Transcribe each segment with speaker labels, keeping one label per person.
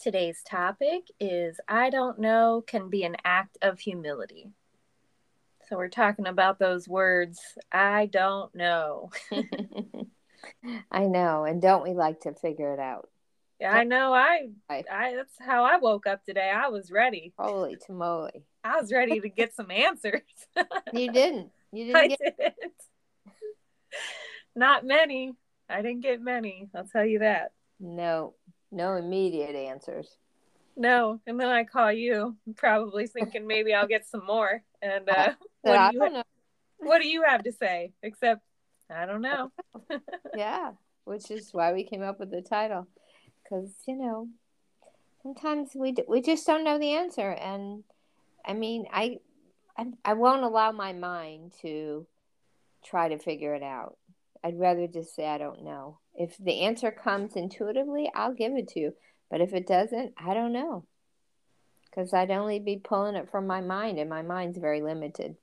Speaker 1: Today's topic is I don't know can be an act of humility. So we're talking about those words, I don't know.
Speaker 2: I know, and don't we like to figure it out?
Speaker 1: Yeah, I know I,
Speaker 2: Right.
Speaker 1: I that's how I woke up today. I was ready.
Speaker 2: Holy tamale!
Speaker 1: I was ready to get some answers.
Speaker 2: You didn't. You
Speaker 1: I
Speaker 2: didn't get.
Speaker 1: didn't. Not many. I didn't get many, I'll tell you that.
Speaker 2: No, no immediate answers.
Speaker 1: No, and then I call you, probably thinking maybe I'll get some more. And uh, What
Speaker 2: Uh, But I
Speaker 1: do you-
Speaker 2: don't know.
Speaker 1: what do you have to say? Except I don't know.
Speaker 2: Yeah, which is why we came up with the title, because you know, sometimes we d- we just don't know the answer, and I mean, I, I I won't allow my mind to try to figure it out. I'd rather just say I don't know. If the answer comes intuitively, I'll give it to you. But if it doesn't, I don't know. Because I'd only be pulling it from my mind, and my mind's very limited.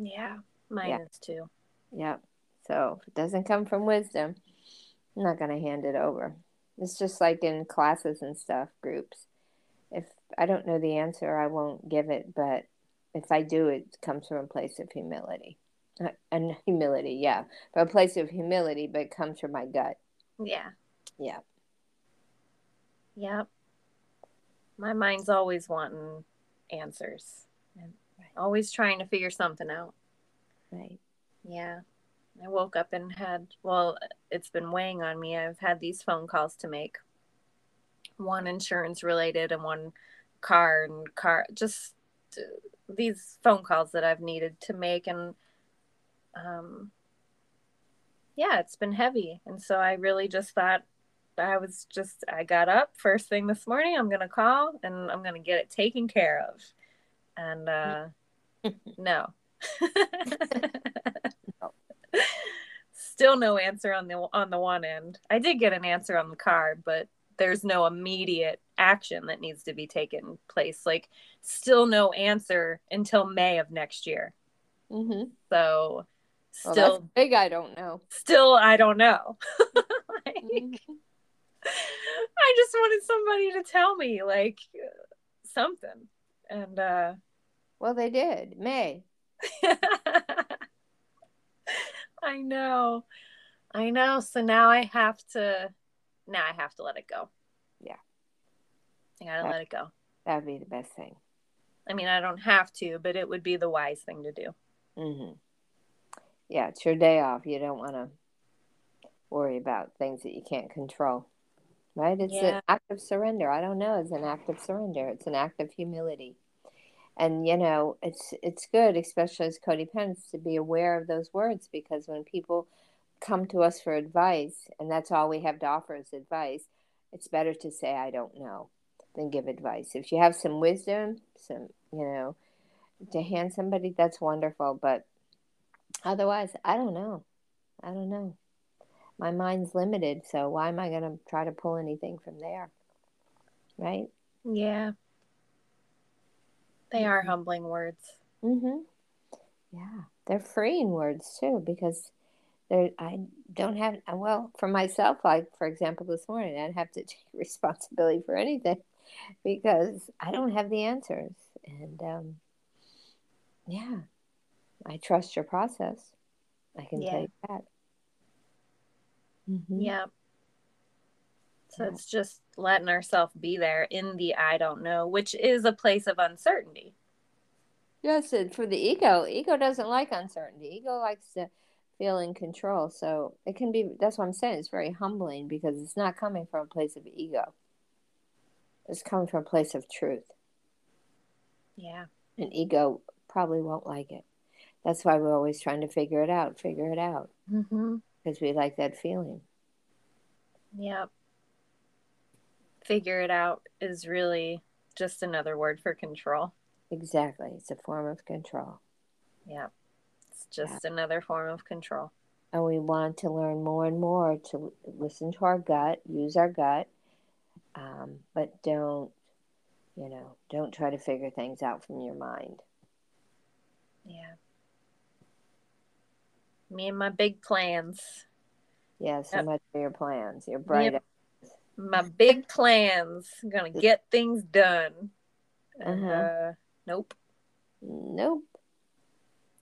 Speaker 1: Yeah, mine
Speaker 2: Yeah.
Speaker 1: is too.
Speaker 2: Yep. So if it doesn't come from wisdom, I'm not going to hand it over. It's just like in classes and stuff, groups. If I don't know the answer, I won't give it. But if I do, it comes from a place of humility. Uh, And humility, yeah. But a place of humility, but it comes from my gut.
Speaker 1: Yeah.
Speaker 2: Yeah.
Speaker 1: Yep. My mind's always wanting answers and always trying to figure something out.
Speaker 2: Right.
Speaker 1: Yeah. I woke up and had, well, it's been weighing on me. I've had these phone calls to make one insurance related and one car and car, just uh, these phone calls that I've needed to make. And um, yeah, it's been heavy. And so I really just thought I was just, I got up first thing this morning. I'm going to call and I'm going to get it taken care of. And uh, no. Still no answer on the on the one end. I did get an answer on the card, but there's no immediate action that needs to be taken place. Like still no answer until May of next year.
Speaker 2: Mm-hmm.
Speaker 1: So
Speaker 2: Well,
Speaker 1: still
Speaker 2: that's big. I don't know.
Speaker 1: still I don't know. Like,
Speaker 2: Mhm.
Speaker 1: I just wanted somebody to tell me like something. And uh
Speaker 2: Well, they did. May.
Speaker 1: I know. I know. So now I have to now I have to let it go.
Speaker 2: Yeah.
Speaker 1: I gotta
Speaker 2: Yeah.
Speaker 1: let it go.
Speaker 2: That would be the best thing.
Speaker 1: I mean I don't have to, but it would be the wise thing to do.
Speaker 2: Mm-hmm. Yeah, it's your day off. You don't want to worry about things that you can't control, right? It's
Speaker 1: Yeah.
Speaker 2: an act of surrender. I don't know. It's an act of surrender. It's an act of humility, and you know, it's it's good, especially as codependents, to be aware of those words because when people come to us for advice, and that's all we have to offer is advice, it's better to say I don't know than give advice. If you have some wisdom, some you know, to hand somebody, that's wonderful, but otherwise i don't know i don't know my mind's limited so why am i going to try to pull anything from there right
Speaker 1: Yeah. They are
Speaker 2: Mhm.
Speaker 1: humbling words.
Speaker 2: mm-hmm yeah they're freeing words too because they're i don't have uh, well for myself like for example this morning i'd have to take responsibility for anything because i don't have the answers and um yeah i trust your process i can
Speaker 1: Yeah.
Speaker 2: tell you that Mhm.
Speaker 1: Yeah. So
Speaker 2: Yeah.
Speaker 1: it's just letting ourselves be there in the I don't know, which is a place of uncertainty.
Speaker 2: Yes, and for the ego, ego doesn't like uncertainty. Ego likes to feel in control. So it can be, that's what I'm saying, it's very humbling because it's not coming from a place of ego. It's coming from a place of truth.
Speaker 1: Yeah.
Speaker 2: And ego probably won't like it. That's why we're always trying to figure it out, figure it out,
Speaker 1: Mm-hmm.
Speaker 2: because we like that feeling.
Speaker 1: Yep. Figure it out is really just another word for control.
Speaker 2: Exactly. It's a form of control.
Speaker 1: Yeah. It's just another form of control.
Speaker 2: And we want to learn more and more to listen to our gut, use our gut, um, but don't, you know, don't try to figure things out from your mind.
Speaker 1: Yeah. Me and my big plans.
Speaker 2: Yeah, so
Speaker 1: Yep.
Speaker 2: much for your plans, your bright
Speaker 1: Yep. My big plans. I'm gonna get things done. And,
Speaker 2: Uh-huh.
Speaker 1: uh, nope.
Speaker 2: Nope.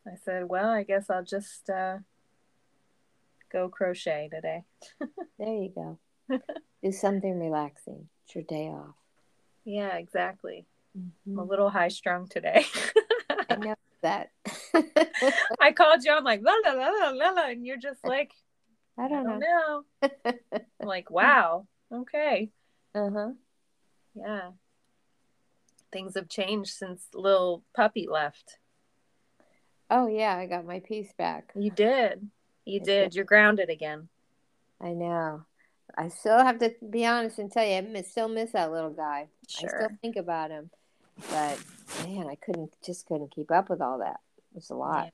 Speaker 1: I said, well, I guess I'll just uh, go crochet today.
Speaker 2: There you go. Do something relaxing. It's your day off.
Speaker 1: Yeah, exactly. I'm a
Speaker 2: Mhm.
Speaker 1: little high strung today.
Speaker 2: I know that.
Speaker 1: I called you. I'm like la la la la la, la and you're just like
Speaker 2: I don't know.
Speaker 1: know. I'm like wow. Okay.
Speaker 2: Uh huh.
Speaker 1: Yeah. Things have changed since little puppy left.
Speaker 2: Oh yeah, I got my piece back.
Speaker 1: You did. You
Speaker 2: I
Speaker 1: did. You're grounded again.
Speaker 2: I know. I still have to be honest and tell you, I miss, still miss that little guy. I still
Speaker 1: Sure.
Speaker 2: think about him, but man, I couldn't just couldn't keep up with all that. It was a lot.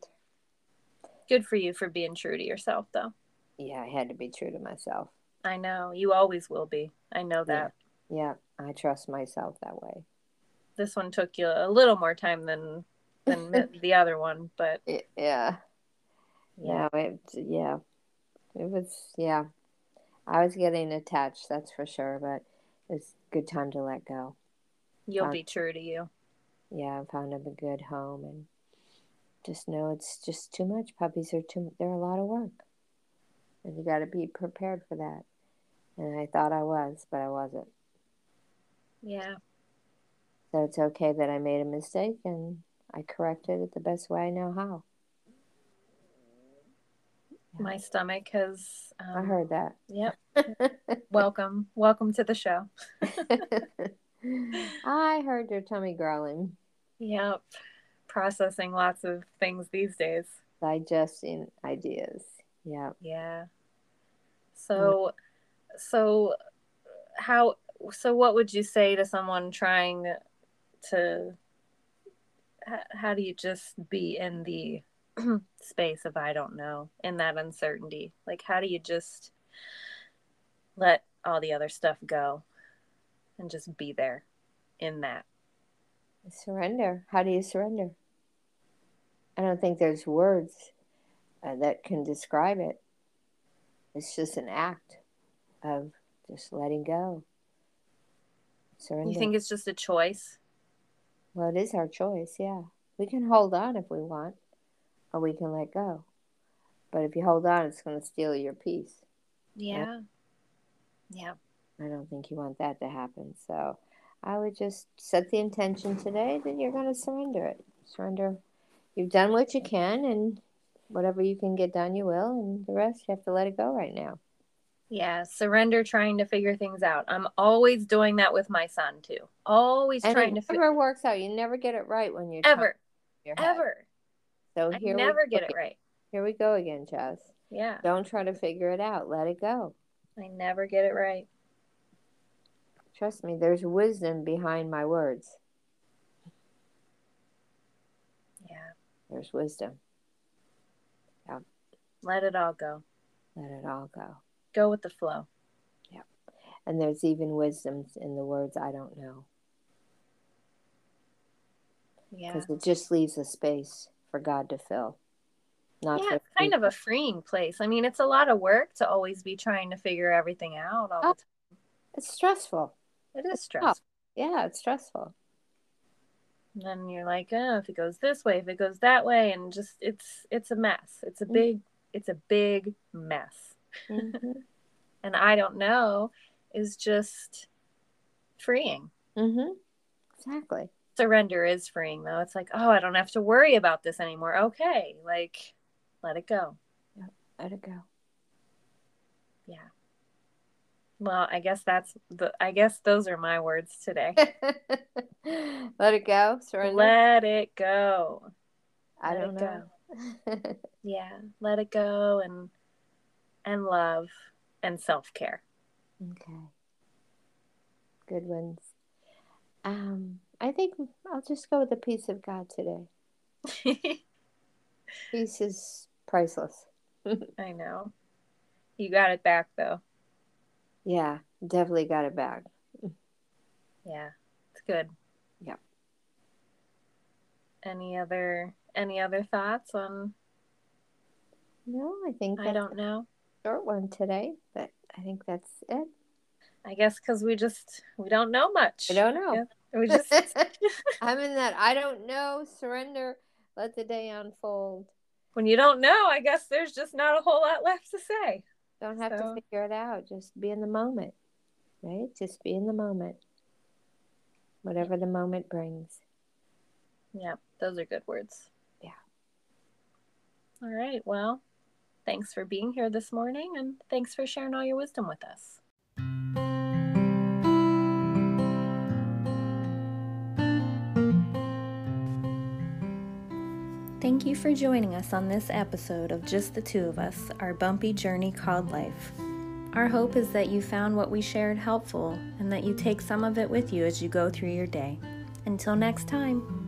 Speaker 1: Good for you for being true to yourself, though.
Speaker 2: Yeah, I had to be true to myself.
Speaker 1: I know you always will be. I know that.
Speaker 2: Yeah, I trust myself that way.
Speaker 1: This one took you a little more time than than the- the other one, but
Speaker 2: Y- yeah.
Speaker 1: yeah.
Speaker 2: No, it yeah. It was yeah. I was getting attached, that's for sure, but it's good time to let go.
Speaker 1: You'll
Speaker 2: Fun.
Speaker 1: be true to you.
Speaker 2: yeah, I found him a good home and just know it's just too much. Puppies are too, they're a lot of work. And you got to be prepared for that. And I thought I was, but I wasn't.
Speaker 1: Yeah.
Speaker 2: So it's okay that I made a mistake and I corrected it the best way I know how.
Speaker 1: My stomach has. Um,
Speaker 2: I heard that.
Speaker 1: Yep. welcome, welcome to the show.
Speaker 2: I heard your tummy growling,
Speaker 1: Yep. Processing lots of things these days.
Speaker 2: digesting ideas. Yeah.
Speaker 1: Yeah. Mm. So, so how? So, what would you say to someone trying to? How, how do you just be in the space of I don't know, in that uncertainty? Like, how do you just let all the other stuff go and just be there in that?
Speaker 2: Surrender. How do you surrender? I don't think there's words uh, that can describe it. It's just an act of just letting go. Surrender.
Speaker 1: You think it's just a choice?
Speaker 2: well, it is our choice, yeah. We can hold on if we want, or we can let go. But if you hold on, it's going to steal your peace.
Speaker 1: Yeah. Yeah.
Speaker 2: I don't think you want that to happen. So I would just set the intention today that you're going to surrender it. Surrender. You've done what you can, and whatever you can get done, you will. And the rest, you have to let it go right now.
Speaker 1: Yeah. Surrender trying to figure things out. I'm always doing that with my son too. Always
Speaker 2: And
Speaker 1: trying
Speaker 2: it
Speaker 1: to fi-
Speaker 2: never works out. You never get it right when you're
Speaker 1: ever,
Speaker 2: trying in your head.
Speaker 1: ever.
Speaker 2: So
Speaker 1: I
Speaker 2: here we
Speaker 1: never
Speaker 2: go
Speaker 1: get
Speaker 2: again.
Speaker 1: it right.
Speaker 2: Here we go again, Jess.
Speaker 1: Yeah.
Speaker 2: Don't try to figure it out. Let it go.
Speaker 1: I never get it right.
Speaker 2: Trust me, there's wisdom behind my words.
Speaker 1: Yeah.
Speaker 2: There's wisdom.
Speaker 1: Let it all go.
Speaker 2: Let it all go.
Speaker 1: Go with the flow.
Speaker 2: And there's even wisdom in the words I don't know.
Speaker 1: Yeah.
Speaker 2: Because it just leaves a space for God to fill. Not
Speaker 1: Yeah,
Speaker 2: for
Speaker 1: it's kind of a freeing place. I mean, it's a lot of work to always be trying to figure everything out all
Speaker 2: Oh.
Speaker 1: the
Speaker 2: it's stressful.
Speaker 1: time. It is stressful.
Speaker 2: Yeah, it's stressful.
Speaker 1: And then you're like, oh, if it goes this way, if it goes that way, and just it's it's a mess. It's a
Speaker 2: Mm.
Speaker 1: big it's a big mess.
Speaker 2: Mm-hmm.
Speaker 1: and I don't know is just freeing.
Speaker 2: mm-hmm. Exactly.
Speaker 1: Surrender is freeing though. It's like, oh, I don't have to worry about this anymore. Okay, like let it go.
Speaker 2: Let it go.
Speaker 1: Well, I guess that's the I guess those are my words today.
Speaker 2: Let it go. Surrender.
Speaker 1: let it go.
Speaker 2: I
Speaker 1: let
Speaker 2: don't
Speaker 1: it
Speaker 2: know.
Speaker 1: Yeah, let it go and and love and self-care.
Speaker 2: okay. Good ones. Um, I think I'll just go with the peace of God today. Peace is priceless.
Speaker 1: I know. You got it back though.
Speaker 2: Yeah, definitely got it back.
Speaker 1: Yeah. It's good.
Speaker 2: Yep.
Speaker 1: Any other any other thoughts on
Speaker 2: No, I think that's
Speaker 1: I don't know.
Speaker 2: a short one today, but I think that's it.
Speaker 1: I guess cuz we just we don't know much.
Speaker 2: I don't know.
Speaker 1: Yeah. We just
Speaker 2: I'm in that I don't know, surrender, let the day unfold.
Speaker 1: when you don't know, I guess there's just not a whole lot left to say.
Speaker 2: Don't have
Speaker 1: So-
Speaker 2: to figure it out. Just be in the moment, right? Just be in the moment. Whatever the moment brings.
Speaker 1: Yeah, those are good words.
Speaker 2: Yeah.
Speaker 1: All right. Well, thanks for being here this morning and thanks for sharing all your wisdom with us. Thank you for joining us on this episode of Just the Two of Us, our bumpy journey called life. Our hope is that you found what we shared helpful and that you take some of it with you as you go through your day. Until next time.